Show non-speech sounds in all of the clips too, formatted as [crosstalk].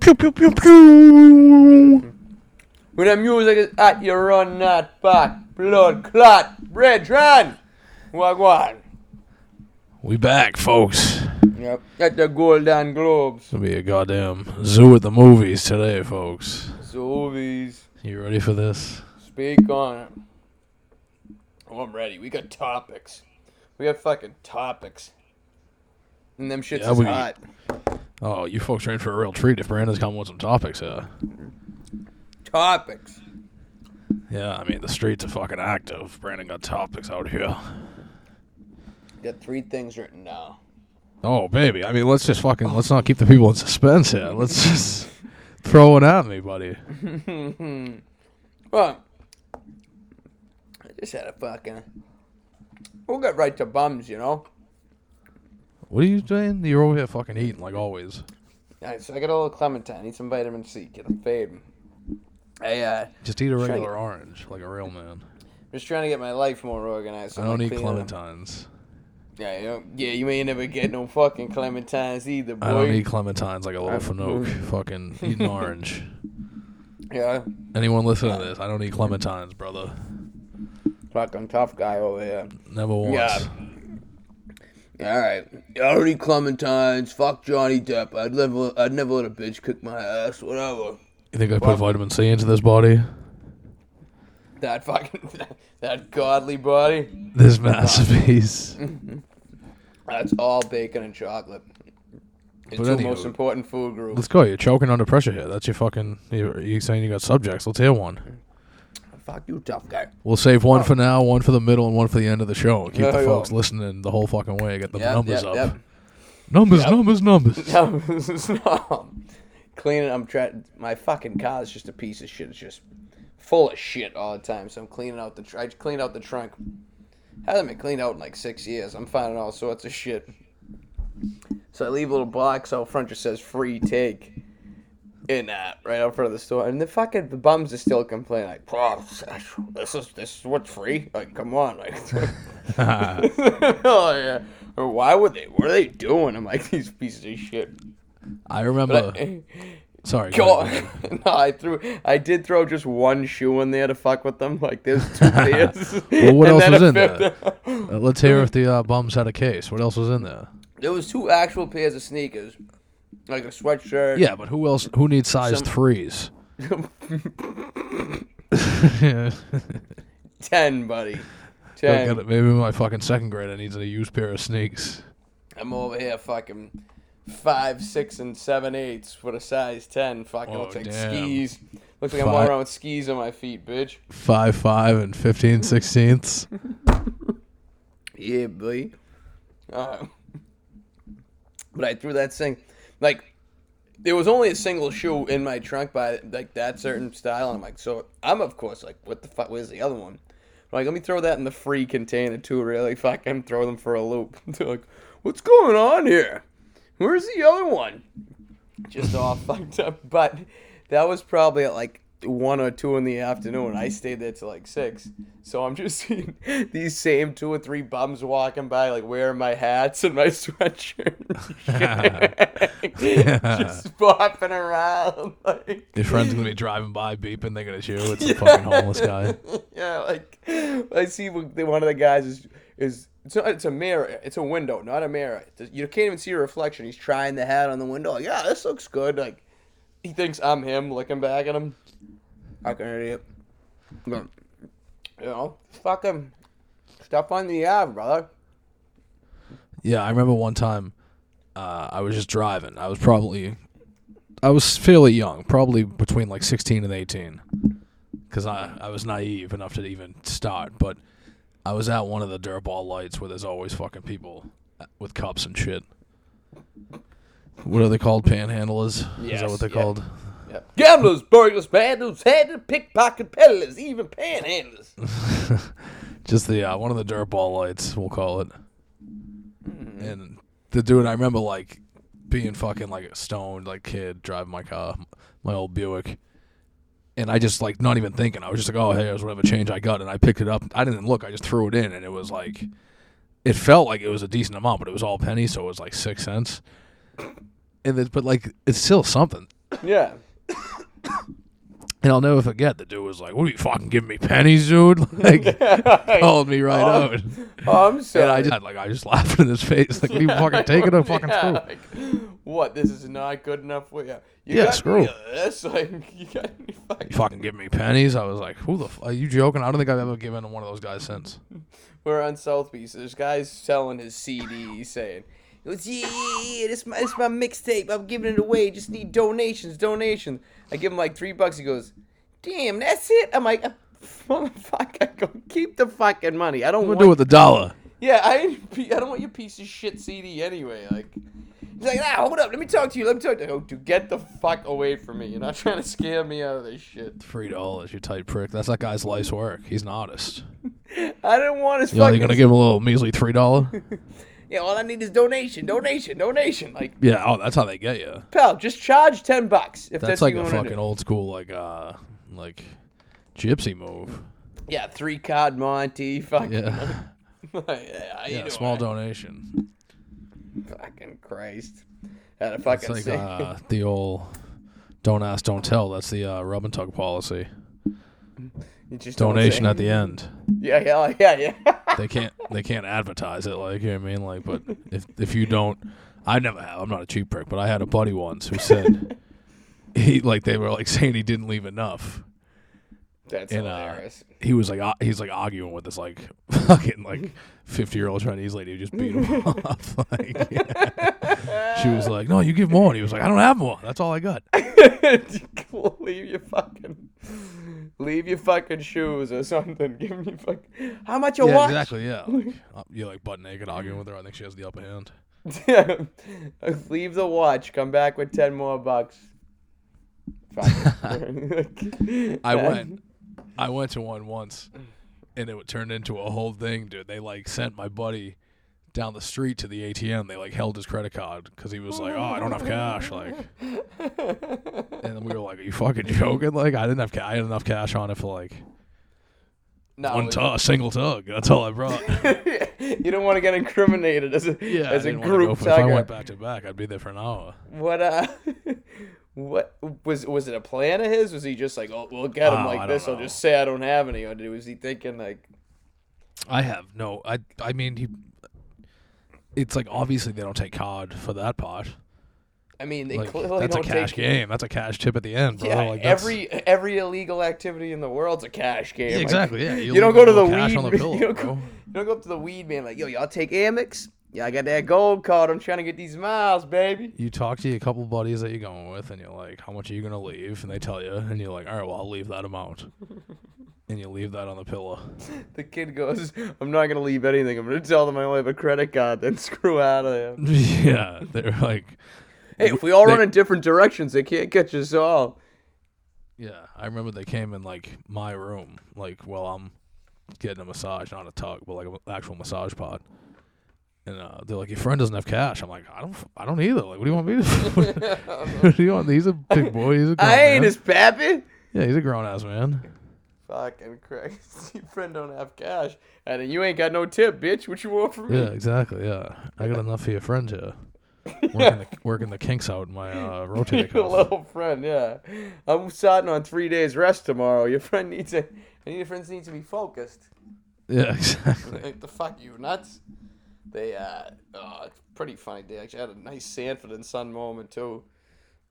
Pew pew pew pew. When the music is at you run not back. Blood clot. Bread run. Wagwan. We back, folks. Yep. At the Golden Globes. It'll be a goddamn zoo at the movies today, folks. Zoobies. You ready for this? Speak on it. Oh, I'm ready. We got topics. We got fucking topics. And them shits Yeah, is we- hot. Oh, you folks are in for a real treat if Brandon's coming with some topics. Uh, Topics. yeah, I mean the streets are fucking active. Brandon got topics out here. Got three things written down. Oh baby, I mean let's just fucking let's not keep the people in suspense here. Let's just throw it at me, buddy. Well, I just had a fucking. We'll get right to bums, you know? What are you doing? You're over here fucking eating like always. Alright, so I got a little clementine. Need some vitamin C. Get a fade. I, uh, Just eat a Sure. regular orange like a real man. just trying to get my life more organized. So I don't I'm eat cleaning up. clementines. Yeah, you don't- yeah, you ain't never get no fucking clementines either, boy. I don't eat clementines like a little I'm- finook. [laughs] Fucking eating orange. yeah, Anyone listening to this? I don't eat clementines, brother. fucking tough guy over here. Never once. Yeah. All right, I don't eat clementines. Fuck Johnny Depp. I'd never, I'd never let a bitch kick my ass. Whatever. You think I Well- put vitamin C into this body? That fucking, [laughs] that godly body. This [laughs] masterpiece. That's all bacon and chocolate. It's But two anywho- most important food groups. Let's go. You're choking under pressure here. That's your fucking. You're, you saying you got subjects. Let's hear one. Fuck you, tough guy. We'll save one for now, one for the middle, and one for the end of the show. and Keep Oh. There the you folks go. listening the whole fucking way. Get the Yep, numbers yep, up. yep. Numbers, Yep. numbers, [laughs] numbers. No, this is not. [laughs] Cleaning, I'm trying. My fucking car is just a piece of shit. It's just full of shit all the time. So I'm cleaning out the. Tr- I cleaned out the trunk. Hasn't been cleaned out in like six years. I'm finding all sorts of shit. So I leave a little box out front just says "free take," in that right out front of the store, and the fucking the bums are still complaining like, "Oh, this is this is what's free." Like, come on, like. [laughs] oh yeah. Or why would they? What are they doing? I'm like [laughs] these pieces of shit. [laughs] I remember. But I, sorry. go God, ahead. [laughs] no, I threw. I did throw just one shoe in there to fuck with them. Like there's [laughs] two pairs. [laughs] Well, what else and then was a in there? fifth- Uh, let's hear if the uh, bums had a case. What else was in there? [laughs] There was two actual pairs of sneakers, like a sweatshirt. Yeah, but who else? Who needs size Some- threes? [laughs] [laughs] ten, buddy. Look Ten. at it. Maybe my fucking second grader needs a used pair of sneaks. I'm over here fucking five, six, and seven eighths with a size ten. Fucking Oh, looks like damn. skis. Looks like i I'm Five- walking around with skis on my feet, bitch. Five five and fifteen sixteenths. Yeah, boy. Uh, [laughs] but I threw that thing, like, there was only a single shoe in my trunk by like that certain style. And I'm like, so I'm of course like, what the fuck? Where's the other one? I'm like, let me throw that in the free container too. Really, [laughs] fucking throw them for a loop. [laughs] They're like, what's going on here? Where's the other one? Just all [laughs] fucked up. But that was probably at like one or two in the afternoon. I stayed there till like six. So I'm [laughs] just seeing these same two or three bums walking by, like wearing my hats and my [laughs] sweatshirt. [laughs] just bopping around. Like, Your friend's gonna be driving by beeping, thinking it's you. [laughs] It's the fucking homeless guy. yeah, like I see what the- one of the guys is is it's, not, it's a mirror, it's a window, not a mirror. It's- You can't even see your reflection. He's trying the hat on the window. Like, yeah, this looks good. Like he thinks I'm him, looking back at him. Fucking idiot. But, you know, fucking stuff on the app, brother. Yeah, I remember one time uh, I was just driving. I was probably, I was fairly young, probably between like 16 and 18, because I, I was naive enough to even start. But I was at one of the dirtball lights where there's always fucking people uh, with cups and shit. What are they called? Panhandlers? Is that Yes, what they're yeah. called? Yep. Gamblers, burglars, bandits, headed pickpocket peddlers, even panhandlers. Just the uh, one of the dirtball lights, we'll call it. And the dude, I remember like being fucking like a stoned like kid driving my car, my old Buick, and I just like not even thinking. I was just like, oh hey, there's whatever change I got, and I picked it up. I didn't look. I just threw it in, and it was like, it felt like it was a decent amount, but it was all pennies, so it was like six cents. And then, but like it's still something. Yeah. [laughs] [laughs] And I'll never forget the dude was like, "What are you fucking giving me pennies, dude?" [laughs] Like called me right Oh, out. Oh, I'm [laughs] sorry. And I just like I just laughed in his face. Like, what are you [laughs] fucking taking a fucking Yeah, screw? like, what? This is not good enough for you. you Yeah, got screw. me This [laughs] like you got me fucking. You fucking give me pennies. I was like, "Who the? F- are you joking?" I don't think I've ever given one of those guys since. We're on South Beach. so This guy's selling his CD. He's saying, "It's yeah, yeah, yeah, this my this my mixtape. I'm giving it away. Just need donations, donations." I give him like three bucks. He goes, "Damn, that's it." I'm like, "Uh, "Motherfucker, I go keep the fucking money. I don't What want do with the dollar? Yeah, I [laughs] ain't pe- I don't want your piece of shit CD anyway. Like, he's like, ah, hold up, let me talk to you. Let me talk to you. Oh, dude, get the fuck away from me. You're not [laughs] trying to scare me out of this shit. Three dollars, you tight prick. That's that guy's life's work. He's an artist. I didn't want his You know, fucking. you're gonna give him a little measly three dollar. [laughs] yeah, all I need is donation, donation, donation. Like, Yeah. Oh, that's how they get you. pal, just charge ten bucks if That's that's, what like you a wanna do. fucking old school like uh like gypsy [laughs] move. Yeah, three card Monty. Fucking. Yeah. Like, [laughs] yeah, how you Yeah. doing? Small donation. Fucking Christ. Had a It's fucking like say- uh, the old "don't ask, don't tell." That's the uh, rub and tug policy. [laughs] you just don't Donation say. at the end. Yeah, yeah, like, yeah, yeah. [laughs] They can't they can't advertise it like you know what I mean. Like, but if if you don't, I never have. I'm not a cheap prick, but I had a buddy once who said he like they were like saying he didn't leave enough. That's And, uh, hilarious. He was like uh, he's like arguing with this like [laughs] fucking like fifty year old Chinese lady who just beat him off. Like, yeah. She was like, "No, you give more." And he was like, "I don't have more. That's all I got." [laughs] leave your fucking leave your fucking shoes or something. [laughs] Give me fucking how much a yeah, watch? [laughs] exactly. Yeah, like, uh, you're like butt naked arguing with her. I think she has the upper hand. leave the watch. Come back with ten more bucks. [laughs] Fucking- [laughs] I [laughs] went, I went to one once, and it turned into a whole thing, dude. They like sent my buddy down the street to the ATM. They like held his credit card because he was like, "Oh, I don't have cash." Like, and then we were like, "Are you fucking joking?" Like, I didn't have, ca- I had enough cash on it for like No, one tug, single tug. That's all I brought. [laughs] you don't want to get incriminated as a [laughs] Yeah, as I a didn't wanna go group for- if I went tugger. back to back, I'd be there for an hour. What uh, [laughs] what was was it a plan of his? Was he just like, oh, we'll get him Oh, I like don't this? I'll know. just say I don't have any, or did, was he thinking like? I have no. I I mean he. It's like obviously they don't take card for that part. I mean, they Like, clearly that's a don't cash take. game. That's a cash tip at the end, bro. Yeah, like that's, every every illegal activity in the world's a cash game. Yeah, Like, exactly. Yeah, you don't go to the cash weed. [laughs] on the man- pillow, you, don't go, bro. you don't go up to the weed man like, yo, y'all take Amex. Yeah, I got that gold card. I'm trying to get these miles, baby. You talk to your couple buddies that you're going with, and you're like, "How much are you gonna leave?" And they tell you, and you're like, "All right, well, I'll leave that [laughs] amount." and you leave that on the pillow. [laughs] The kid goes, I'm not gonna leave anything. I'm gonna tell them I only have a credit card. Then [laughs] screw out of there. yeah, they're like, Hey, if we all They- run in different directions, they can't catch us all. yeah. I remember they came in like my room, like, well, I'm getting a massage, not a tug, but like an actual massage pod. And uh, they're like, "Your friend doesn't have cash." I'm like, "I don't, f- I don't either." Like, what do [laughs] you want me [laughs] to? what do you want? He's a big boy. He's a grown I ain't man. his pappy. yeah, he's a grown ass man. Fucking Christ, [laughs] your friend don't have cash, and then you ain't got no tip, bitch. What you want from me? Yeah, exactly. Yeah, I got enough for your friend here. [laughs] Working, the, working the kinks out in my uh, rotator Your cuff. little friend, yeah. I'm starting on three days rest tomorrow. Your friend needs a. I need your friends need to be focused. Yeah, [laughs] exactly. Like the fuck you nuts. They uh, oh, it's a pretty funny day. Actually, I had a nice Sanford and Son moment too.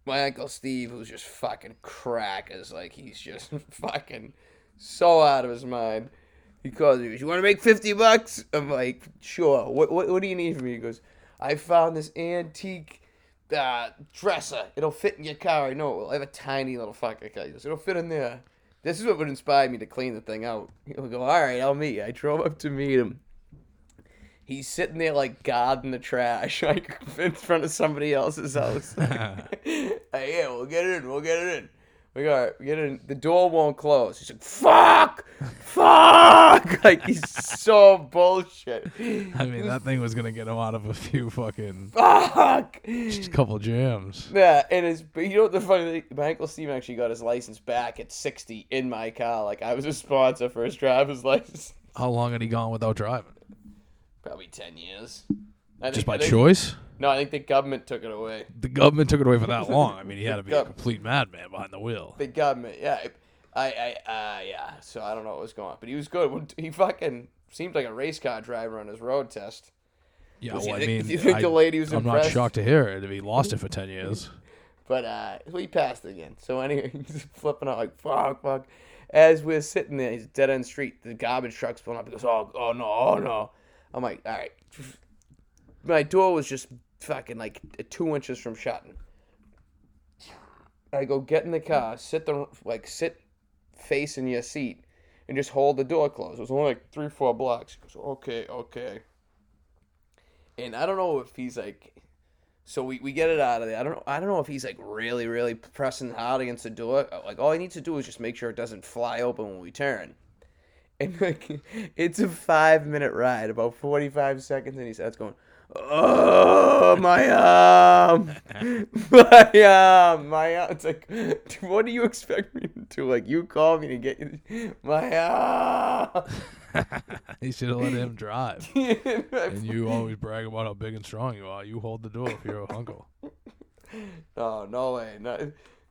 My uncle Steve, who's just fucking crackers, like he's just [laughs] fucking so out of his mind. He calls me. You want to make fifty bucks? I'm like, sure. What, what What do you need from me? He goes, I found this antique uh, dresser. It'll fit in your car. I know it will. I have a tiny little fucking car. He goes, It'll fit in there. This is what would inspire me to clean the thing out. He'll go, all right, I'll meet you. I drove up to meet him. He's sitting there like God in the trash, [laughs] like in front of somebody else's house. [laughs] Like, yeah, we'll get it in. We'll get it in. We got get in. The door won't close. He's like, fuck, fuck. [laughs] Like he's so bullshit. [laughs] I mean, that thing was gonna get him out of a few fucking Fuck. just a couple jams. Yeah, and it's but you know what the funny thing? My uncle Steven actually got his license back at sixty in my car. Like I was a sponsor for his driver's license. [laughs] How long had he gone without driving? Probably ten years. I Just think- I by think- choice? No, I think the government took it away. The government took it away for that long. I mean, he had to be a complete madman behind the wheel. The government, yeah. I, I, uh, yeah. So I don't know what was going on, but he was good. He fucking seemed like a race car driver on his road test. Yeah, Was he- well, I do you mean, think the I- lady was I'm not impressed? shocked to hear it. If he lost it for ten years, [laughs] But uh, so he passed again. So anyway, [laughs] he's flipping out like fuck, fuck. As we're sitting there, he's dead end street. The garbage truck's pulling up. He goes, oh, oh no, oh no. I'm like, all right. My door was just fucking like two inches from shutting. I go get in the car, sit the like sit face in your seat, and just hold the door closed. It was only like three, four blocks. He goes, okay, okay. And I don't know if he's like so we, we get it out of there. I don't I don't know if he's like really really pressing hard against the door. Like all he needs to do is just make sure it doesn't fly open when we turn. [laughs] And like it's a five minute ride, about forty five seconds, and he starts going, "Oh my arm, [laughs] my arm, my arm." It's like, [laughs] "Dude, what do you expect me to do? Like you call me to get you, my arm. [laughs] he should have let him drive. I And you always brag about how big and strong you are. You hold the door for your uncle. No, Oh, no way. Not,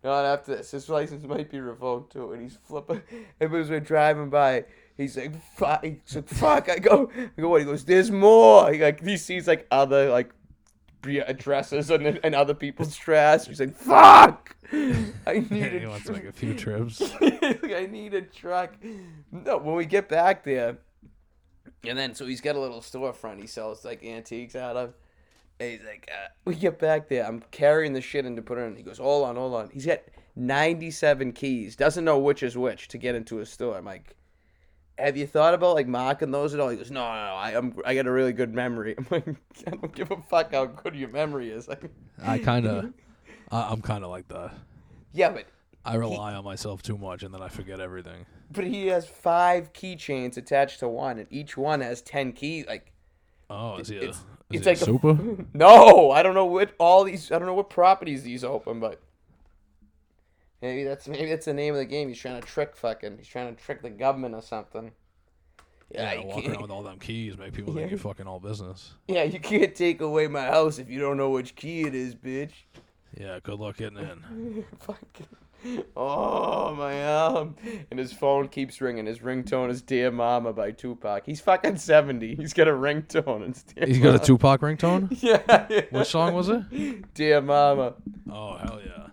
not after this. His license might be revoked too. And he's flipping. And as we're driving by, he's like, fuck. He's like, fuck. I go, I go, what? He goes, there's more. He like, he sees like other like be- addresses and, and other people's trash. He's like, fuck. I [laughs] need he a wants to tr- make a few trips. [laughs] I need a truck. No, when we get back there, and then so he's got a little storefront he sells like antiques out of. And he's like, uh, we get back there. I'm carrying the shit in to put it in. He goes, hold on, hold on. He's got 97 keys. Doesn't know which is which to get into a store. I'm like, have you thought about like marking those at all? He goes, no, no, no. I, I'm, I got a really good memory. [laughs] I'm like, I don't give a fuck how good your memory is. [laughs] Like, I kind of, Mm-hmm. I'm kind of like that. yeah, but I rely on myself too much, and then I forget everything. But he has five keychains attached to one, and each one has ten keys. Like Oh, is he a, It's- is it's he like a- a super? [laughs] no, I don't know what all these. I don't know what properties these open, but maybe that's maybe that's the name of the game. He's trying to trick fucking. He's trying to trick the government or something. Yeah, yeah, you walk can't- around with all them keys, make people think you're fucking all business. [laughs] yeah, you can't take away my house if you don't know which key it is, bitch. Yeah, good luck getting [laughs] in. fucking. Oh my arm! And his phone keeps ringing. His ringtone is "Dear Mama" by Tupac. He's fucking seventy. He's got a ringtone. It's Dear He's got a Mama. Tupac ringtone. [laughs] Yeah. Which song was [laughs] it? Dear Mama. Oh hell yeah!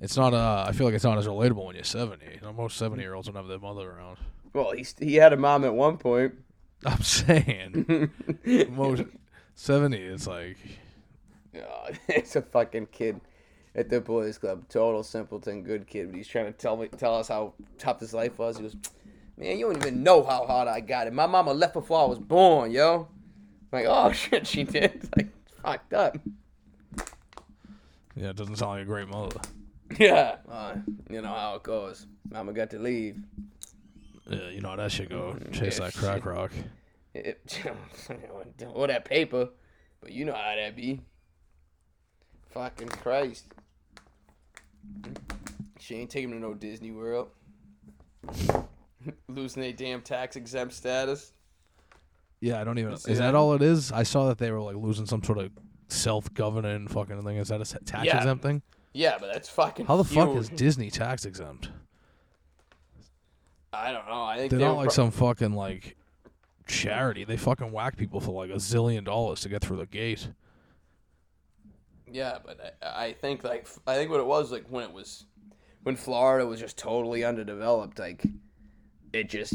It's not. Uh, I feel like it's not as relatable when you're 70. You know, Most 70 year olds don't have their mother around. [laughs] Well, he he had a mom at one point. I'm [laughs] saying most 70. It's like Oh, [laughs] it's a fucking kid at the boys' club. Total simpleton, good kid. But he's trying to tell me, tell us how tough his life was. He goes, "Man, you don't even know how hard I got it. My mama left before I was born, yo." I'm like, oh [laughs] shit, she did. It's like, fucked up. yeah, it doesn't sound like a great mother. Yeah. Uh, you know how it goes. Mama got to leave. Yeah, you know how that should go. Chase Yeah, that crack rock. It, [laughs] or that paper, but you know how that be. Fucking Christ. She ain't taking him to no Disney World. [laughs] Losing their damn tax exempt status. Yeah, I don't even. see Is that that. all it is? I saw that they were like losing some sort of self-governing fucking thing. Is that a tax Yeah. exempt thing? Yeah, but that's fucking. How the fuck huge. is Disney tax exempt? I don't know. I think They're they not were like pro- some fucking like charity. They fucking whack people for like a zillion dollars to get through the gate. Yeah, but I, I think like I think what it was like when it was when Florida was just totally underdeveloped. Like it just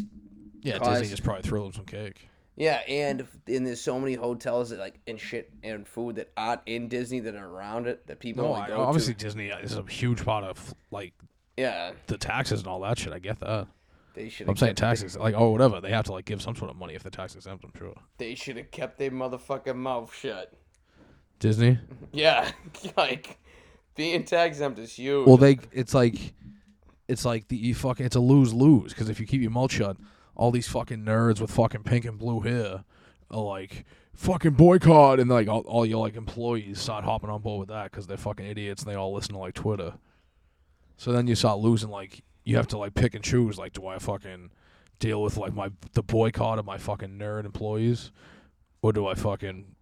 Yeah, Cause- Disney just probably threw them some cake. Yeah, and and there's so many hotels that like and shit and food that aren't in Disney that are around it that people No, only I, go obviously to. Disney uh, is a huge part of like Yeah, the taxes and all that shit. I get that. they should. I'm saying taxes, like oh whatever, they have to like give some sort of money if they're tax exempt. I'm sure. They should have kept their motherfucking mouth shut. Disney. Yeah, [laughs] like being tax exempt is huge. Well, they it's like it's like the you fucking it's a lose lose because if you keep your mouth shut, all these fucking nerds with fucking pink and blue hair are like fucking boycott, and like all, all your like employees start hopping on board with that because they're fucking idiots and they all listen to like Twitter. So then you start losing like you have to like pick and choose like do I fucking deal with like my the boycott of my fucking nerd employees or do I fucking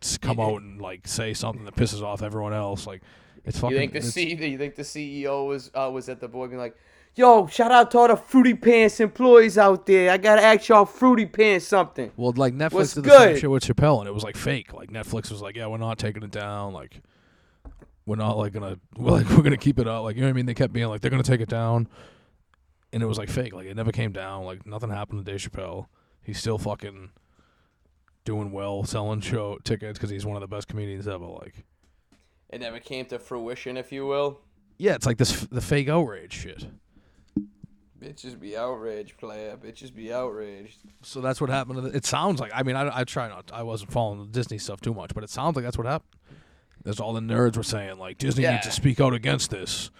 s- come out and like say something that pisses off everyone else. Like it's fucking. You think the it's- C you think the CEO was uh, was at the board being like, "Yo, shout out to all the Fruity Pants employees out there. I gotta ask y'all Fruity Pants something." Well, like Netflix What's did the same good? shit with Chappelle, and it was like fake. Like Netflix was like, "Yeah, we're not taking it down. Like, we're not like gonna, [laughs] we're like we're gonna keep it up. Like, you know what I mean? They kept being like, they're gonna take it down, and it was like fake. Like, it never came down. Like, nothing happened to Dave Chappelle. He's still fucking doing well, selling show tickets because he's one of the best comedians ever. Like, It never came to fruition, if you will. yeah, it's like this f- the fake outrage shit. Bitches be outraged, player. Bitches be outraged. So that's what happened. To the, it sounds like. I mean, I, I try not. I wasn't following the Disney stuff too much, but it sounds like that's what happened. That's all the nerds were saying. Like Disney needs Yeah. to speak out against this.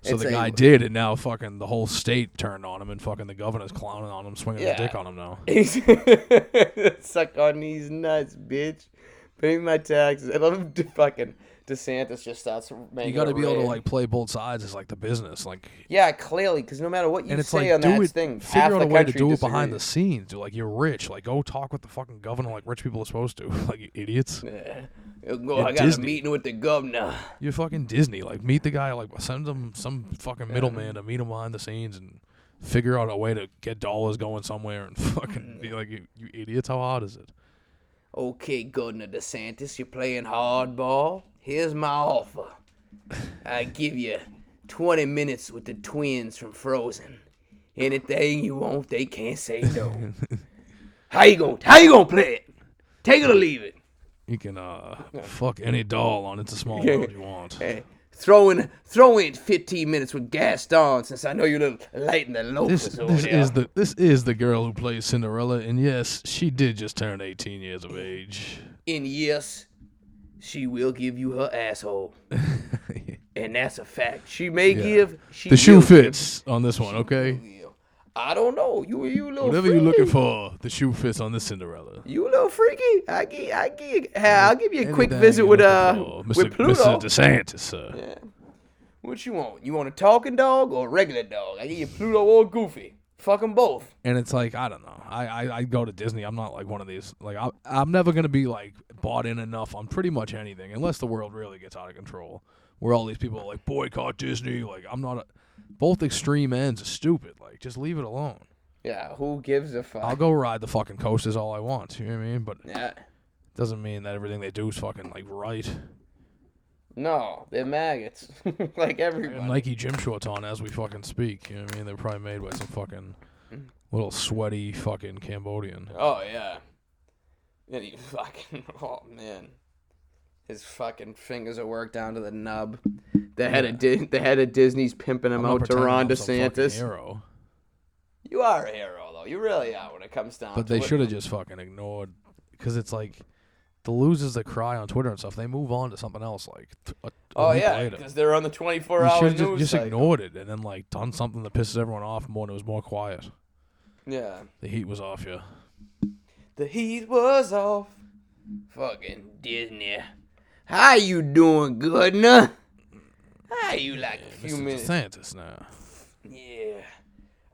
So It's the a- guy did, and now fucking the whole state turned on him, and fucking the governor's clowning on him, swinging Yeah. the dick on him now. [laughs] Suck on these nuts, bitch. Pay me my taxes. I love him to fucking DeSantis just starts making. You got a to be able to rant. like play both sides. It's like the business, like, Yeah, clearly, because no matter what you and it's say like on do that it. thing, half figure out the a way to country do it behind the disagrees. scenes. Dude, like you're rich. Like go talk with the fucking governor, like rich people are supposed to. [laughs] like you idiots. Go, Yeah, I got Disney. a meeting with the governor. You're fucking Disney. Like, meet the guy. Like, send them some fucking middleman to meet him behind the scenes and figure out a way to get dollars going somewhere and [laughs] fucking be like, you, you idiots, how hard is it? Okay, Governor DeSantis, you're playing hardball. Here's my offer. I give you 20 minutes with the twins from Frozen. Anything you want, they can't say [laughs] no. how you gonna how you gonna play it? Take it or leave it. You can uh fuck any doll on It's a Small World you want. Hey, throw in throw in 15 minutes with Gaston since I know you're a little light in the This, locals over this there. is the this is the girl who plays Cinderella, and yes, she did just turn 18 years of age. And yes, she will give you her [laughs] asshole. and that's a fact. She may give. She The shoe will give. fits on this one, okay? I don't know. You you a little Whatever freaky. you're looking for, the shoe fits on this Cinderella. You a little freaky. I give I give I'll give you a quick Anything visit you're with looking uh for, Mr. with Pluto. Mr. DeSantis, sir. What you want? You want a talking dog or a regular dog? I give you Pluto or Goofy. Fuck 'em both. and it's like I don't know. I, I, I go to Disney. I'm not like one of these. Like I, I'm never gonna be like bought in enough on pretty much anything unless the world really gets out of control, where all these people are like boycott Disney. Like I'm not. A, both extreme ends are stupid. Like just leave it alone. Yeah. Who gives a fuck? I'll go ride the fucking coasters all I want. You know what I mean? But it yeah. doesn't mean that everything they do is fucking like right. No, they're maggots, [laughs] like And everybody. Nike gym shorts on as we fucking speak. You know what I mean? They're probably made by some fucking Mm. little sweaty fucking Cambodian. Oh yeah. And he [laughs] fucking oh man. His fucking fingers are worked down to the nub. The head of Di- the head of Disney's pimping him I'm not out to pretending Ron I'm some fucking DeSantis. hero. You are a hero though. You really are when it comes down But to they it. should have just fucking ignored, because it's like the losers that cry on Twitter and stuff, they move on to something else. Like th- a, a Oh week yeah, later, because they're on the twenty four you hour should news. just, just cycle. ignored it and then like done something that pisses everyone off more. and It was more quiet. Yeah. The heat was off you. The heat was off. Fucking Disney. How you doing, Goodner? How you like a few Mr. minutes? DeSantis now. Yeah.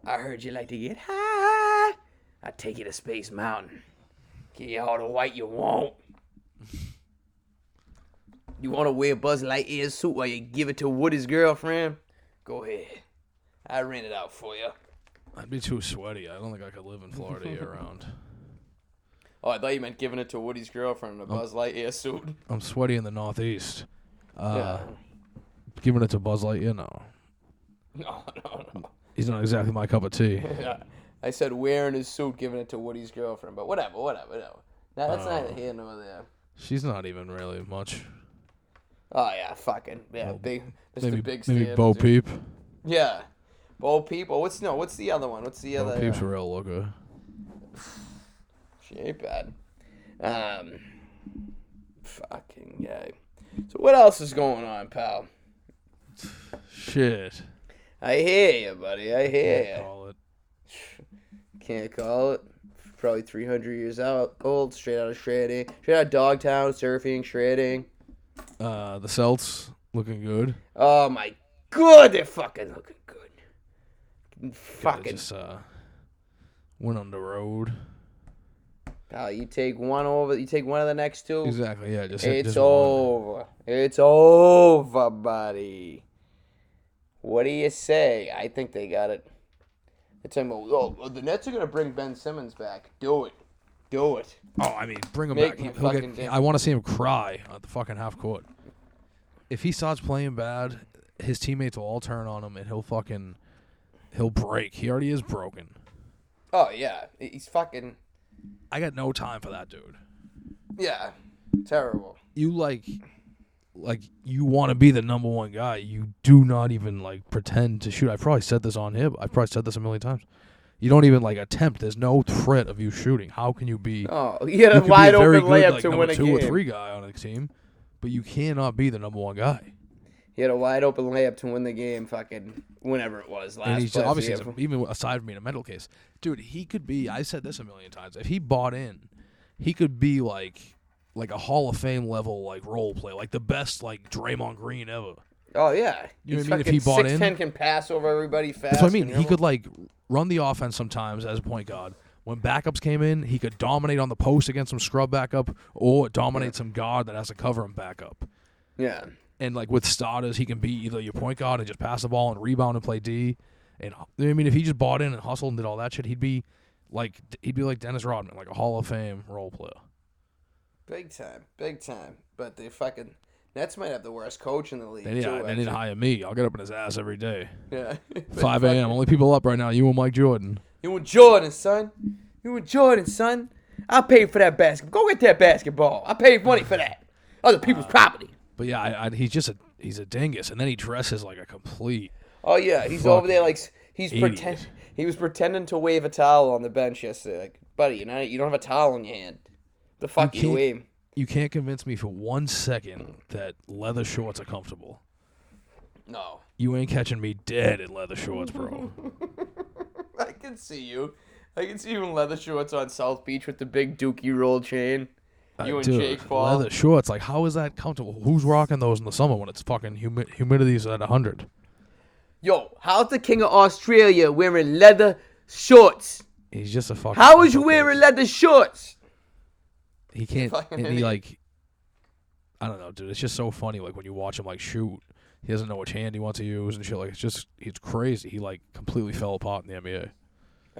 I heard you like to get high. I take you to Space Mountain. Get you all the white you want. [laughs] You want to wear a Buzz Lightyear suit while you give it to Woody's girlfriend? Go ahead. I rent it out for you. I'd be too sweaty. I don't think I could live in Florida year round. Oh, I thought you meant giving it to Woody's girlfriend, a Buzz Lightyear suit. I'm sweaty in the Northeast. Uh, Giving it to Buzz Lightyear, no. [laughs] No, no, no. He's not exactly my cup of [laughs] tea. Yeah. I said wearing his suit, giving it to Woody's girlfriend, but whatever, whatever, whatever. Now, that's neither here nor there. She's not even really much. Oh, yeah, fucking. Yeah, big. Just Maybe a big maybe stand, Bo dude. Peep. Yeah. Bo Peep. Oh, what's no? What's the other one? What's the Bo other? Peep's a real looker. She ain't bad. Um. Fucking guy. So what else is going on, pal? Shit. I hear you, buddy. I hear Call it. you. Can't call it. Probably 300 years out, old, straight out of shredding, straight out of Dogtown, surfing, shredding. Uh, the Celts looking good. Oh my god, they're fucking looking good. They Fucking just uh, went on the road. Pal, you take one over. You take one of the next two. Exactly. Yeah. Just Oh. It's just over. It's over, buddy. What do you say? I think they got it. They're talking about, oh, the Nets are going to bring Ben Simmons back. Do it. Do it. Oh, I mean, bring him Make back. him He'll get- fucking dance. I want to see him cry at the fucking half court. If he starts playing bad, his teammates will all turn on him, and he'll fucking he'll break. He already is broken. Oh, yeah. He's fucking. I got no time for that dude. Yeah. Terrible. You like like you want to be the number one guy. You do not even like pretend to shoot. I probably said this on him. I probably said this a million times. You don't even like attempt. There's no threat of you shooting. How can you be? Oh, he had you a could be wide very open good, layup like, to number win a two game. or three guy on a team, but you cannot be the number one guy. He had a wide open layup to win the game, fucking whenever it was. Last and he's play of the obviously game. he's a- even aside from being a mental case, dude. He could be. I said this a million times. If he bought in, he could be like like a Hall of Fame level like role play, like the best like Draymond Green ever. Oh, yeah. You know he's what I mean? If fucking he bought in- 6'10" can pass over everybody fast. That's what I mean. and He everyone- could like run the offense sometimes as a point guard. When backups came in, he could dominate on the post against some scrub backup or dominate some guard that has to cover him backup. Yeah. And like with starters, he can be either your point guard and just pass the ball and rebound and play D. And I mean, if he just bought in and hustled and did all that shit, he'd be like he'd be like Dennis Rodman, like a Hall of Fame role player. Big time, big time. But they fucking Nets might have the worst coach in the league They need, too. they need to hire me. I'll get up in his ass every day. actually. yeah. [laughs] But 5 a.m. Only people up right now. You and Mike Jordan. You and Jordan, son. You and Jordan, son. I paid for that basket. Go get that basketball. I paid money for that. Other people's property. But yeah, I, I, he's just a he's a dingus, and then he dresses like a complete. Oh yeah, he's over there like s- he's pretend. idiot. He was pretending to wave a towel on the bench yesterday. Like, buddy, you know you don't have a towel in your hand. The fuck you, can't- wave. You can't convince me for one second that leather shorts are comfortable. No, [laughs] You ain't catching me dead in leather shorts, bro. I can see you. I can see you in leather shorts on South Beach with the big dookie roll chain. You and Dude, Jake Paul. Leather shorts. Like, how is that comfortable? Who's rocking those in the summer when it's fucking humi- humidity's at 100? Yo, how's the king of Australia wearing leather shorts? He's just a fucking. How is you fucking- wearing leather shorts? He can't. [laughs] fucking And he, idiot? like. I don't know, dude. It's just so funny. Like, when you watch him, like, shoot, he doesn't know which hand he wants to use and shit. Like, it's just. It's crazy. He, like, completely fell apart in the NBA.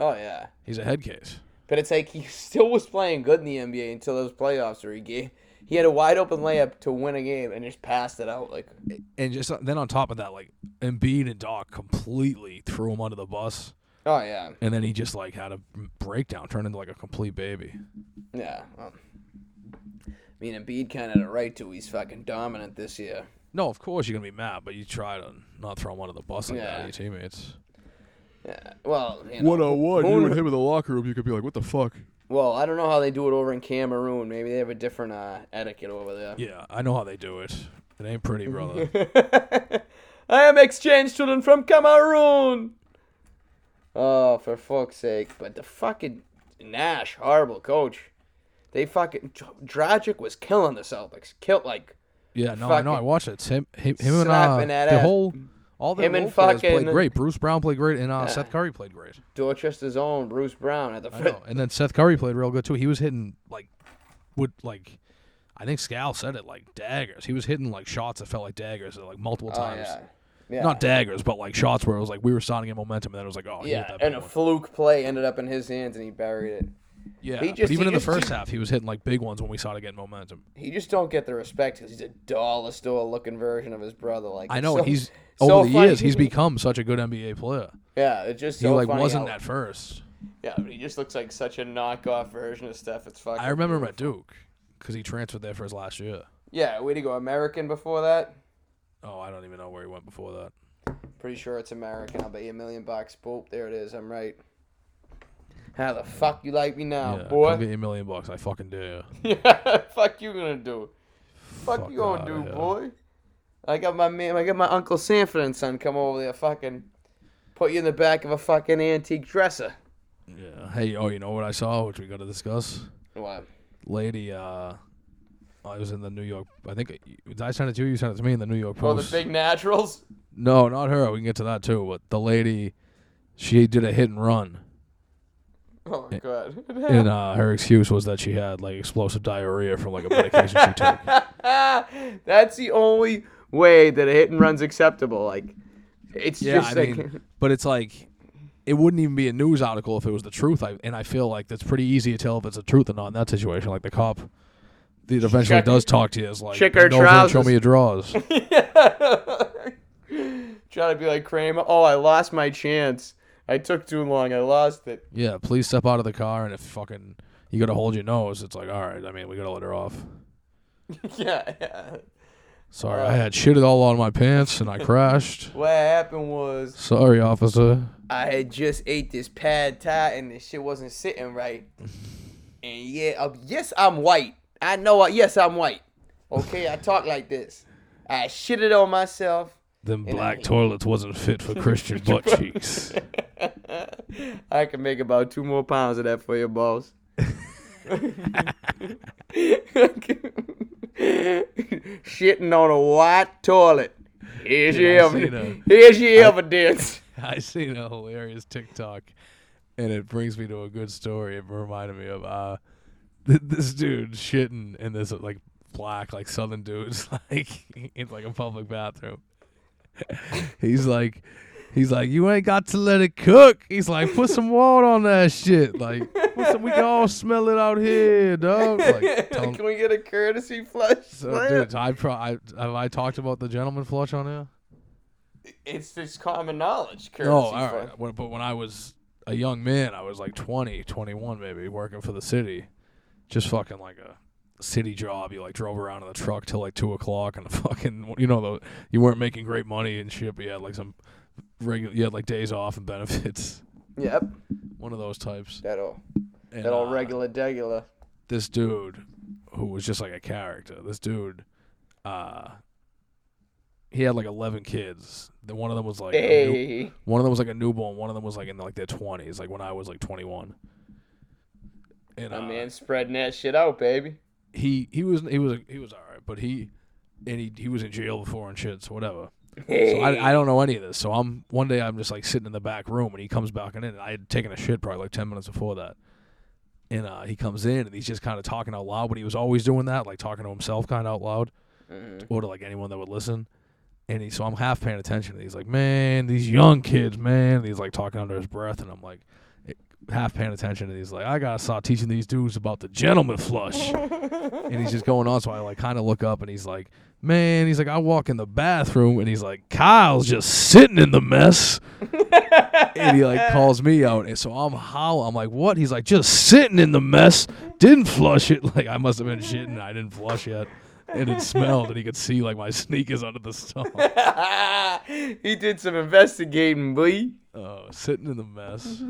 Oh yeah, He's a head case. but it's like he still was playing good in the NBA until those playoffs where he gave, he had a wide open layup to win a game and just passed it out like And just then on top of that, like, Embiid and Doc completely threw him under the bus. oh yeah and then he just like had a breakdown, turned into like a complete baby. yeah. Well, I mean, Embiid kind of had a right to. He's fucking dominant this year. No, of course you're gonna be mad, but you try to not throw him under the bus like Yeah. that to your teammates. Yeah. Well, you know, on one, you and him in the locker room, you could be like, "What the fuck?" well, I don't know how they do it over in Cameroon. Maybe they have a different uh, etiquette over there. Yeah, I know how they do it. It ain't pretty, [laughs] brother. I am exchange student from Cameroon. Oh, for fuck's sake! But the fucking Nash, horrible coach. They fucking Dragic was killing the Celtics. Kill like yeah, no, I know. I Fucking watched it. It's him, him, him and uh, slapping that the ass. whole, all the Him and played fucking- great. Bruce Brown played great, and uh, Seth Curry played great. Dorchester's own Bruce Brown at the I front. know. And then Seth Curry played real good too. He was hitting like, would like. I think Scal said it like daggers. He was hitting like shots that felt like daggers, like multiple Oh, times. yeah, yeah, not daggers, but like shots where it was like we were starting in momentum, and then it was like, oh, he hit yeah. that And big a one. fluke play ended up in his hands, and he buried it. yeah. he just- but even in he the just first keep- half, he was hitting like big ones when we started getting momentum. He just don't get the respect because he's a dollar store looking version of his brother. Like I it's know, so- and he's so over the funny. years he's become such a good NBA player. yeah. It just He so like funny wasn't how- at first. Yeah, but he just looks like such a knockoff version of stuff. It's fucking. I remember him at Duke because he transferred there for his last year. Yeah, way to go, American. Before that, Oh, I don't even know where he went before that. pretty sure it's American. I'll bet you a million bucks. Boop, there it is. I'm right. How the fuck you like me yeah, now, [laughs] come Oh, boy? get you a million bucks. I fucking dare. you. yeah, fuck you gonna do? Fuck, Fuck you gonna outta do, here. boy? I got my man. I got my uncle Sanford and son come over there. Fucking put you in the back of a fucking antique dresser. Yeah. Hey, oh, you know what I saw, which we got to discuss. What? Lady, uh, I was in the New York. I think did I send it to you? You sent it to me in the New York Post. Oh, the big naturals. [laughs] No, not her. We can get to that too. But the lady, she did a hit and run. Oh god. And uh, her excuse was that she had like explosive diarrhea from like a medication she [laughs] took. That's the only way that a hit and run's acceptable. Like, it's Yeah, just I like, [laughs] mean, but it's like it wouldn't even be a news article if it was the truth. I and I feel like that's pretty easy to tell if it's the truth or not in that situation. Like the cop, that eventually Check- does talk to you. Is like, check her "Bend over and Show trousers." me your drawers. [laughs] trying to be like Kramer. Oh, I lost my chance. I took too long. I lost it. [laughs] yeah, please step out of the car. And if fucking you gotta hold your nose, it's like, all right. I mean, we gotta let her off. yeah, yeah. Sorry, I had shit all on my pants and I crashed. What happened was Sorry, officer. I had just ate this pad thai and the shit wasn't sitting right. And yeah, uh, yes, I'm white. I know. I, yes, I'm white. Okay, I talk like this. I shitted on myself. Them And I- black toilets wasn't fit for Christian butt cheeks. I can make about two more pounds of that for your boss. Shitting on a white toilet. Here's Dude, your I seen evidence. a- Here's your evidence. [laughs] I seen a hilarious TikTok, and it brings me to a good story. It reminded me of uh, th- this dude shitting in this like black like southern dude's [laughs] like in like a public bathroom. [laughs] he's like, he's like, you ain't got to let it cook. He's like, put some water on that shit. Like, put some, we can all smell it out here, dog. [laughs] Like, tell can we get a courtesy flush? so, dude, I pro- I have I talked about the gentleman flush on here. it's just common knowledge. Courtesy No, Oh, all flush. right. When, but when I was a young man, I was like 20, 21 maybe, working for the city. Just fucking like a city job. You like drove around in the truck till like 2 o'clock and [laughs] fucking, you know, the, you weren't making great money and shit, but you had like some regular, you had like days off and [laughs] benefits. Yep. One of those types. That all. And, That all uh, regular degular. This dude, who was just like a character, this dude, uh, he had like 11 kids. The One of them was like a new- Hey. One of them was like a newborn. One of them was like in like their twenties, like when I was like twenty one. And My uh, man spreading that shit out, baby. he he was he was he was all right, but he and he he was in jail before and shit, so whatever. So I, I don't know any of this. So I'm one day I'm just like sitting in the back room and he comes back in and I had taken a shit probably like ten minutes before that. And uh, he comes in and he's just kind of talking out loud, but he was always doing that, like talking to himself kind of out loud, or to like anyone that would listen. And he, so I'm half paying attention. And he's like, "Man, these young kids, man." And he's like talking under his breath, and I'm like, eh, half paying attention. And he's like, "I gotta start teaching these dudes about the gentleman flush." and he's just going on. So I like kind of look up, and he's like, "Man," he's like, "I walk in the bathroom," and he's like, "Kyle's just sitting in the mess." and he like calls me out, and so I'm howling. I'm like, "What?" He's like, "Just sitting in the mess. Didn't flush it. [laughs] Like I must have been shitting. I didn't flush yet." And it smelled, and he could see like my [laughs] sneakers under the stall. [laughs] he did some investigating, boy. Oh, sitting in the mess.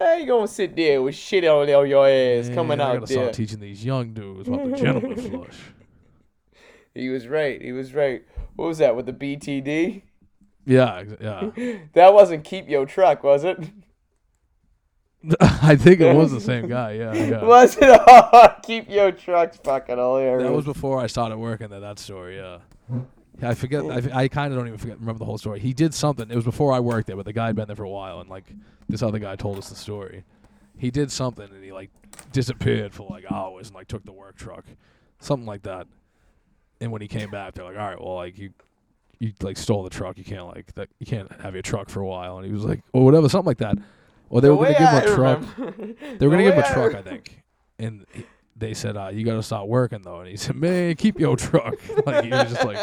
I ain't gonna sit there with shit on all your ass coming Man, I out gotta there. start teaching these young dudes about the [laughs] gentleman flush. he was right. He was right. What was that with the BTD? Yeah, ex- yeah. [laughs] That wasn't keep your truck, was it? I think it was the same guy. Yeah, yeah. Was it? [laughs] Oh, keep your trucks fucking hilarious. That was before I started working there. That story, yeah. Hmm. Yeah, I forget. I, I kind of don't even forget, remember the whole story. He did something. It was before I worked there, but the guy had been there for a while, and like this other guy told us the story. He did something, and he like disappeared for like hours, and like took the work truck, something like that. And when he came back, they're like, "All right, well, like you, you like stole the truck. You can't like that. You can't have your truck for a while." And he was like, "Or whatever, something like that." Or they The were going to way give him I a truck. remember- They were the gonna give him way a truck, I think. And he- they said, uh, "You gotta stop working though." And he said, "Man, keep your truck." [laughs] like he was just like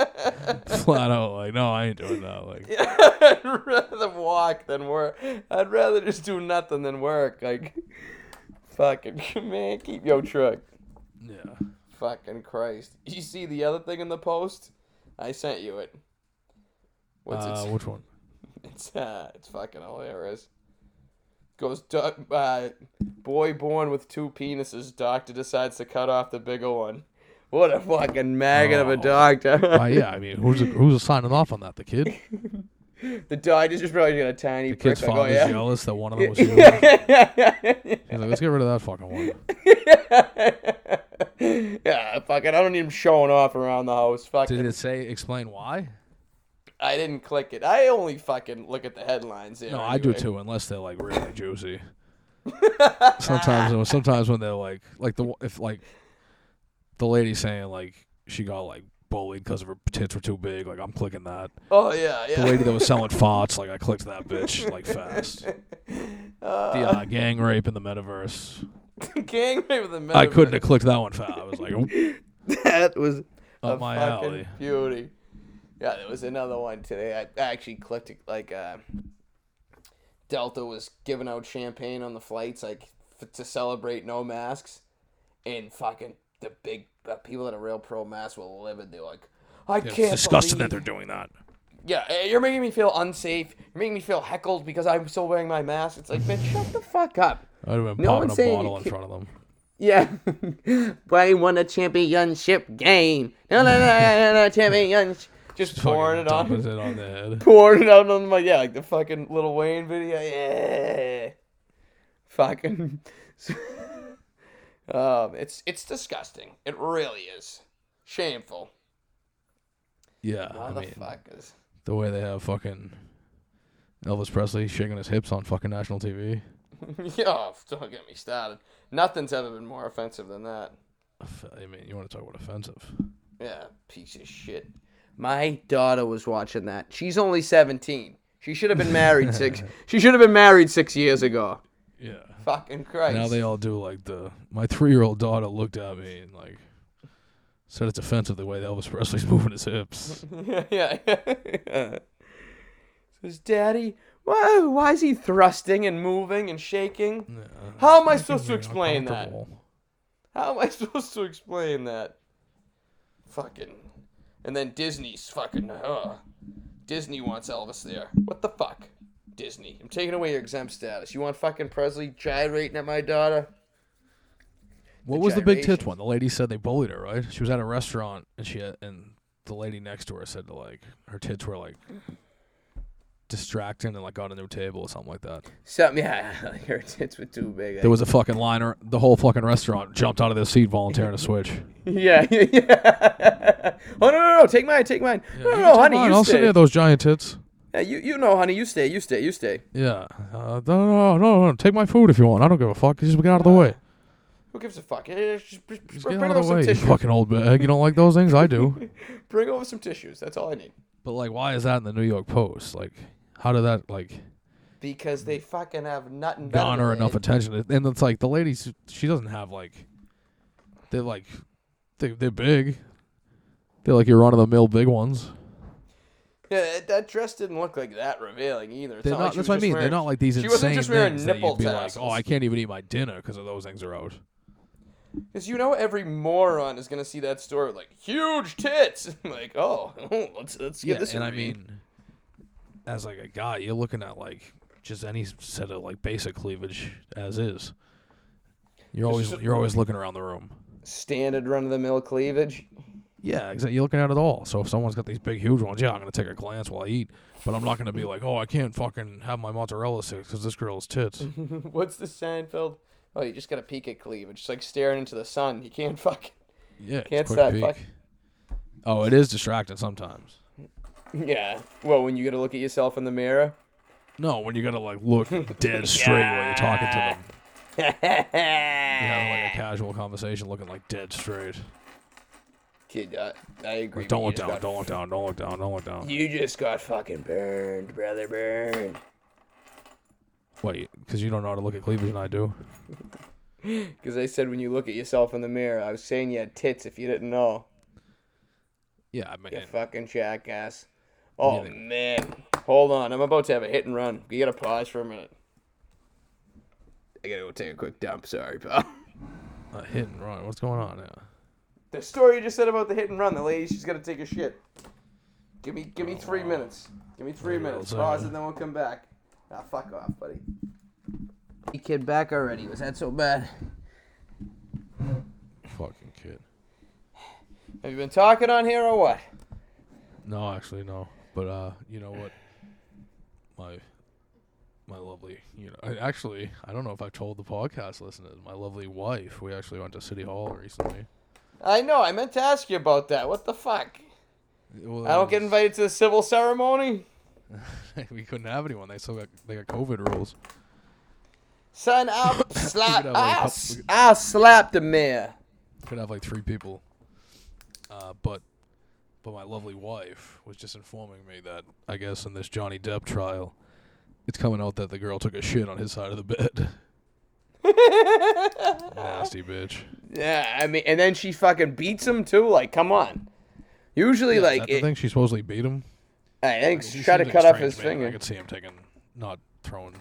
flat out, like, "No, I ain't doing that." Like, [laughs] I'd rather walk than work. I'd rather just do nothing than work. Like, fucking [laughs] man, keep your truck. yeah, Fucking Christ! You see the other thing in the post? I sent you it. What's uh, it? which one? [laughs] It's uh, it's fucking hilarious. Goes doc- uh, boy born with two penises. Doctor decides to cut off the bigger one. What a fucking maggot of a Oh. doctor! Uh, yeah, I mean, who's who's signing off on that? The kid. [laughs] the doctor's just probably got a tiny The kid's prick. Like, oh, father's yeah. jealous that one of [laughs] them was. you. He's like, "Let's get rid of that fucking one." [laughs] yeah, fucking. I don't need him showing off around the house. Fucking. Did it say explain why? I didn't click it. I only fucking look at the headlines. There No, I do anyway. too, unless they're like [laughs] really juicy. sometimes, sometimes when they're like, like the if like the lady saying like she got like bullied because her tits were too big, like I'm clicking that. Oh yeah, yeah. The lady that [laughs] was selling farts, like I clicked that bitch like fast. The Uh, [laughs] uh, gang rape in the metaverse. gang rape in the middle. I couldn't have clicked that one fast. I was like, oh, That was Up a my fucking alley. beauty. Yeah, there was another one today. I I actually clicked it, like uh, Delta was giving out champagne on the flights, like f- to celebrate no masks, and fucking the big the people that are real pro mask were livid. They're like, I it's [laughs] can't disgusting that believe they're doing that. yeah, eh, you're making me feel unsafe. You're making me feel heckled because I'm still wearing my mask. It's like, man, shut the fuck up. I'd have been No popping one's a saying bottle you in ca- front of them. Yeah, [laughs] I won a championship game. No, no, no, no, no, no championship. Just pouring Fucking it [laughs] on, dumping it on their head. pouring it out on my yeah, like the fucking Little Wayne video. Yeah, fucking. [laughs] um, it's it's disgusting. It really is shameful. Yeah, I mean, Motherfuckers. [laughs] the way they have fucking Elvis Presley shaking his hips on fucking national TV. yeah, don't get me started. Nothing's ever been more offensive than that. Off- I mean, you want to talk about offensive? Yeah, piece of shit. My daughter was watching that. She's only seventeen. She should have been [laughs] married six. She should have been married six years ago. Yeah. Fucking Christ. Now they all do like the. My three-year-old daughter looked at me and like said it's offensive the way that Elvis Presley's [laughs] moving his [laughs] hips. yeah, yeah, yeah. [laughs] Says, Daddy, why, why is he thrusting and moving and shaking? Yeah. How am I Making supposed to me explain that? uncomfortable. How am I [laughs] supposed to explain that? Fucking. And then Disney's fucking. Ugh. Disney wants Elvis there. What the fuck? Disney. I'm taking away your exempt status. You want fucking Presley gyrating at my daughter? What The was the big tits gyrations. one? The lady said they bullied her, right? She was at a restaurant and she had, and the lady next to her said to like her tits were like distracting and like got a new table or something like that. [laughs] Something, yeah, your tits were too big. [laughs] There was a fucking line. ar- The whole fucking restaurant jumped out of their seat, volunteering to switch. Yeah, [laughs] yeah, yeah. Oh, no, no, no, take mine, take mine. no, no, no, honey, Come on, you I'll sit stay. near those giant tits. Yeah, you, you know, honey, you stay, you stay, you stay. Yeah. Uh, no, no, no, no. Take my food if you want. I don't give a fuck. Just get out of the way. Who gives a fuck? Eh, eh, Just, just, just Just get bring out of over the way, some you tissues. fucking old bag. You don't like those things? I [laughs] do. [laughs] Bring over some tissues. That's all I need. but like, why is that in the New York Post? Like, how did that like Because they fucking have nothing better. garner than enough that. attention? It- And it's like the ladies, she doesn't have like, they're like, they they're big. They're like your run of the mill big ones. Yeah, that- that dress didn't look like that revealing either. It's They're not not. like she was that's what I just mean. Wearing, they're not like these she insane wasn't just wearing things that nipple you'd be like, oh, tassels. I can't even eat my dinner because of those things are out. Because you know every moron is gonna see that story with like huge tits. [laughs] like, oh, let's let's get this. and a I read. mean, as like a guy, you're looking at like just any set of like basic cleavage as is. You're always just- you're always looking around the room. standard run of the mill cleavage. [laughs] Yeah, exactly. You're looking at it all. So if someone's got these big, huge ones, yeah, I'm gonna take a glance while I eat. But I'm not gonna be like, oh, I can't fucking have my mozzarella sticks because this girl's tits. Mm-hmm. What's the Seinfeld? Oh, you just gotta peek at cleavage. It's like staring into the sun. You can't [laughs] fucking. Yeah, it's Can't quick stop peek. fuck- Oh, it is distracting sometimes. Yeah. Well, when you gotta look at yourself in the mirror. [laughs] No, when you gotta like look dead straight while you're talking to them. You're having like a casual conversation, looking like dead straight. Kid, I, I agree. Don't look but you just down. got- Don't look down. Don't look down. Don't look down. You just got fucking burned, brother, burned. Wait, because you don't know how to look at cleavage, and I do. Because I said when you look at yourself in the mirror, I was saying you had tits if you didn't know. Yeah, I mean, You fucking jackass. Oh, Yeah. man. Hold on. I'm about to have a hit and run. You gotta pause for a minute. I gotta go take a quick dump. Sorry, pal. [laughs] uh, hit and run. What's going on? Yeah. The story you just said about the hit and run, the lady, she's gonna take a shit. Give me, give me three minutes. Give me three well minutes. said. Pause and then Oh. we'll come back. Ah, fuck off, buddy. Hey, kid, back already. Was that so bad? Fucking kid. Have you been talking on here or what? No, actually, no. But uh, you know what? My, my lovely. You know, I, actually, I don't know if I told the podcast listeners. My lovely wife. We actually went to City Hall recently. I know. I meant to ask you about that. What the fuck? Well, I don't get invited to the civil ceremony. [laughs] we couldn't have anyone. They still got they got COVID rules. [laughs] Sign up, slap. could have, like, a I, couple- s- I slapped the mayor. Could have like three people. Uh, but but my lovely wife was just informing me that I guess in this Johnny Depp trial, it's coming out that the girl took a shit on his side of the [laughs] bed. Nasty bitch. Yeah, I mean, and then she fucking beats him too. Like, come on. Usually, Is that like, the it, thing she supposedly beat him. I think He she tried to seems like cut a strange off his man. I finger. could see him taking, not throwing,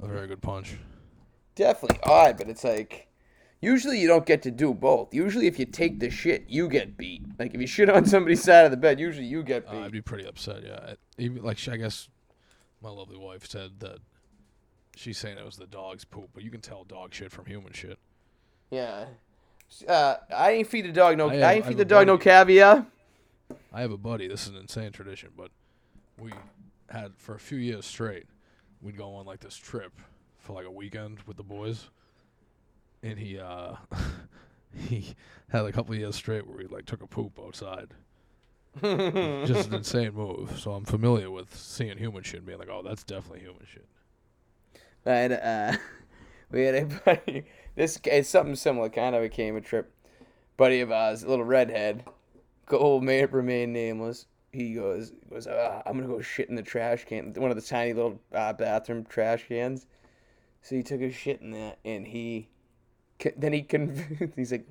a very good punch. Uh, Definitely odd, but it's like, usually you don't get to do both. Usually, if you take the shit, you get beat. Like, if you shit on somebody's [laughs] side of the bed, usually you get Uh, I'd beat. be pretty upset. Yeah, I- even like she, I guess my lovely wife said that she's saying it was the dog's poop, but you can tell dog shit from human shit. yeah. Uh, I ain't feed the dog no. I I, have- ain't I feed have the a dog no buddy- caviar. I have a buddy. This is an insane tradition, but we had for a few years straight. We'd go on like this trip for like a weekend with the boys, and he uh [laughs] he had a couple of years straight where he like took a poop outside. Just an insane move. So I'm familiar with seeing human shit and being like, oh, that's definitely human shit. I had uh, [laughs] we had a buddy. This it's something similar, kind of. It came a trip. Buddy of ours, a little redhead, gold may it remain nameless. He goes goes. "Ah, I'm gonna go shit in the trash can, one of the tiny little uh, bathroom trash cans. So he took a shit in that, and he c- then he convinced. [laughs] He's like,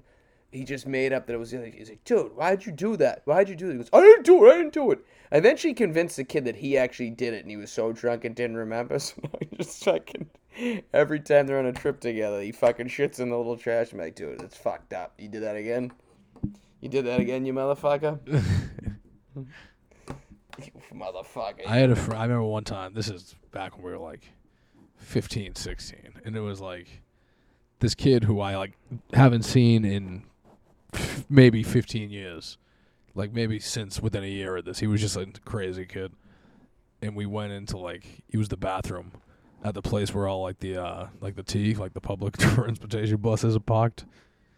he just made up that it was. the other- He's like, dude, why'd you do that? Why'd you do that? He goes, I didn't do it. I didn't do it. And then she convinced the kid that he actually did it, and he was so drunk and didn't remember. [laughs] So now he just fucking every time they're on a trip together, he fucking shits in the little trash. I'm like, dude, it's fucked up. You did that again. You did that again, you motherfucker. [laughs] you motherfucker. I had a friend. I remember one time. This is back when we were like 15, 16, and it was like this kid who I like haven't seen in f- maybe fifteen years, like maybe since within a year of this. He was just a crazy kid, and we went into like he was the bathroom at the place where all like the uh like the T like the public [laughs] transportation buses are parked.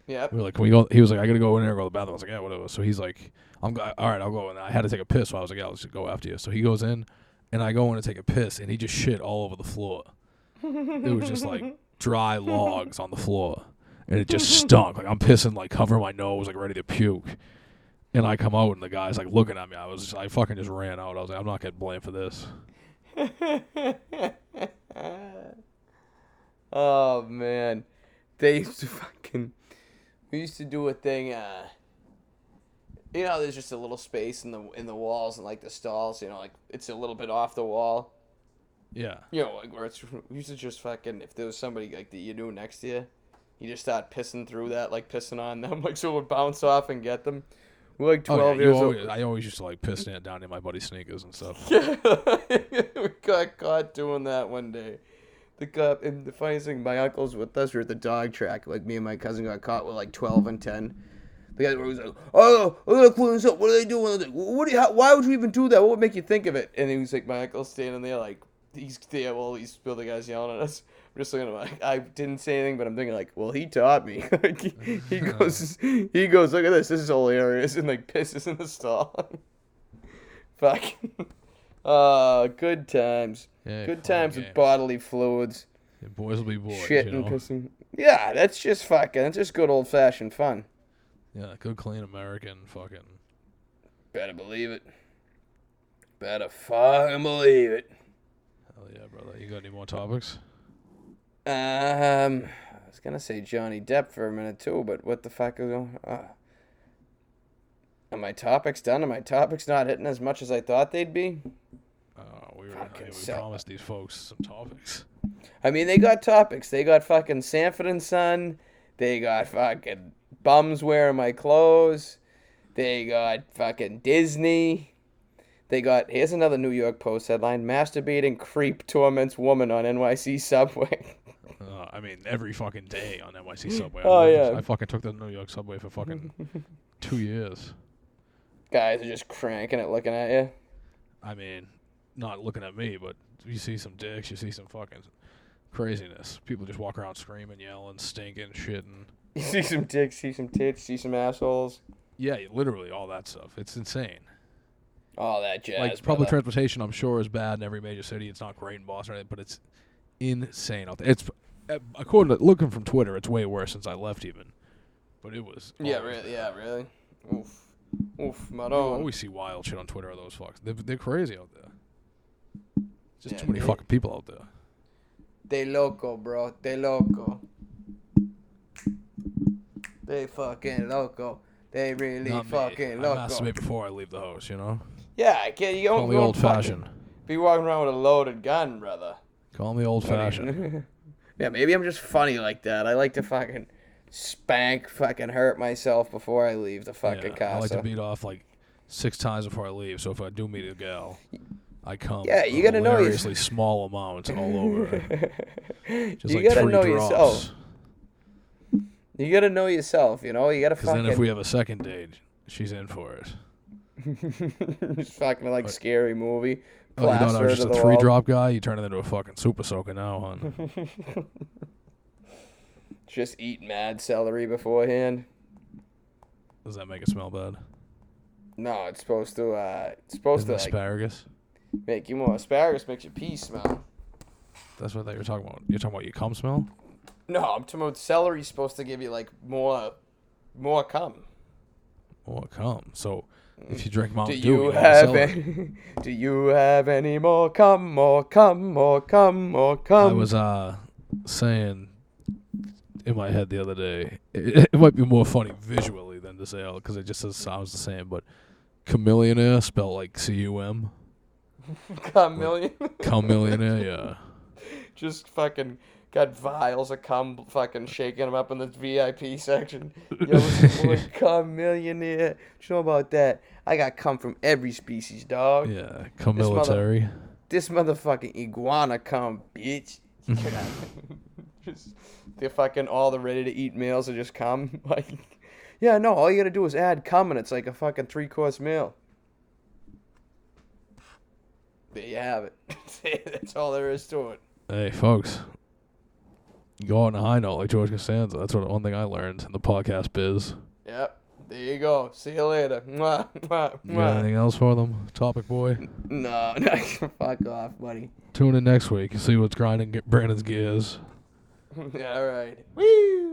yep. We were like, can we go? He was like, I gotta go in there and go to the bathroom. I was like, yeah, whatever. So he's like, I'm go- all right, I'll go. And I had to take a piss, so I was like, yeah, let's go after you. So he goes in, and I go in to take a piss, and he just shit all over the floor. it was just like dry logs on the floor, and it just stunk. Like I'm pissing, like covering my nose, like ready to puke. And I come out, and the guy's like looking at me. I was, just, I fucking just ran out. I was like, I'm not getting blamed for this. [laughs] oh man, they used to fucking. We used to do a thing. Uh, you know, there's just a little space in the in the walls and like the stalls. You know, like it's a little bit off the wall. Yeah. You know, like where it's we used to just fucking if there was somebody like that you knew next to you, you just start pissing through that, like pissing on them, [laughs] like so it would bounce off and get them. We're like Oh, yeah, twelve you years always- old. I always used to like piss down- down in my buddy's sneakers and stuff. [laughs] we got caught doing that one day. The cop and the funniest thing, my uncle's with us. We are at the dog track. Like me and my cousin got caught with like twelve and ten. The guy was like, "Oh, I'm gonna clean this up. What are they doing? I was like, What? Do you, how, why would you even do that? What would make you think of it?" And he was like, "My uncle's standing there, like he's there while these the other guys yelling at us." I'm just looking at him, like I didn't say anything, but I'm thinking like, "Well, he taught me." [laughs] like he, he goes, he goes, "Look at this. This is hilarious," and like pisses in the stall. [laughs] Fuck. [laughs] Uh, good times. Yeah, good fun times games. with bodily fluids, And boys will be boys. shit you and know? pissing. Yeah, that's just fucking. That's just good old fashioned fun. Yeah, good clean American fucking. Better believe it. Better fucking believe it. Hell yeah, brother. You got any more topics? Um, I was gonna say Johnny Depp for a minute too, but what the fuck is going? Uh, are my topics done? Are my topics not hitting as much as I thought they'd be? Uh, we were, Fucking hey, we suck. promised these folks some topics. I mean, they got topics. They got fucking Sanford and Son. They got fucking bums wearing my clothes. They got fucking Disney. They got here's another New York Post headline: masturbating creep torments woman on NYC subway. [laughs] Uh, I mean, every fucking day on NYC subway. I Oh, literally- yeah. I fucking took the New York subway for [laughs] fucking two years. Guys are just cranking it, looking at you. I mean, not looking at me, but you see some dicks, you see some fucking craziness. People just walk around screaming, yelling, stinking, shitting. You see some dicks, see some tits, see some assholes. Yeah, literally all that stuff. It's insane. All that jazz. like public brother. transportation, I'm sure is bad in every major city. It's not great in Boston, or anything, but it's insane out there. It's uh, according to looking from Twitter, it's way worse since I left even. But it was yeah, always really. Oh. bad. Yeah, really. Oof. Oof, my I dog. always see wild shit on Twitter. Are those fucks? They're, they're crazy out there. Just Yeah, too many they- fucking people out there. They loco, bro. They loco. They fucking loco. They really Not me. fucking I loco. masturbate before I leave the house. You know, Yeah, I can't. You don't, call me you don't old fucking fashioned. Be walking around with a loaded gun, brother. Call me old [laughs] fashioned. yeah, maybe I'm just funny like that. I like to fucking spank, fucking hurt myself before I leave the fucking Yeah, I like casa. [laughs] to beat off like six times before I leave. So if I do meet a gal, I come. Yeah, you gotta know your- hilariously small amounts all [laughs] over. Just you oh, like gotta three know drops. yourself. You gotta know yourself. You know, you gotta Because fucking. then if we have a second date, she's in for it. [laughs] It's fucking like scary movie. Oh, you Plaster thought I was just to a the three wall. drop guy? You turn it into a fucking super soaker now, [laughs] hon. Just eat mad celery beforehand. Does that make it smell bad? No, it's supposed to. Uh, it's supposed Isn't to it like, asparagus? make you more asparagus makes your pee smell. That's what I thought you were talking about. You're talking about your cum smell? No, I'm talking about celery's supposed to give you like more, more cum. Oh, cum. So if you drink Mountain Do Dew, you know, have celery. any? [laughs] Do you have any more cum? More cum? More cum? More I cum? was uh saying in my head the other day, it, it might be more funny visually than to say oh, 'cause it just says, sounds the same, but chameleonaire spelled like C U M. cum million. [laughs] Chameleonaire, yeah. Just fucking got vials of cum, fucking shaking them up in the VIP section. Yo, this boy cum millionaire. What you know about that? I got cum from every species, dog. Yeah, chamilitary. This motherfucking iguana cum, bitch. just the fucking all the ready to eat meals are just cum. [laughs] Like, yeah, no, all you gotta do is add cum, and it's like a fucking three course meal. There you have it. [laughs] That's all there is to it. Hey, folks. Go on a high note like George Costanza. That's what one thing I learned in the podcast biz. Yep. There you go. See you later. [laughs] Mwah, mwah, You got mwah. anything else for them? Topic boy. No, no, [laughs] fuck off, buddy. [laughs] Tune in next week and see what's grinding Brandon's gears. All right. Woo.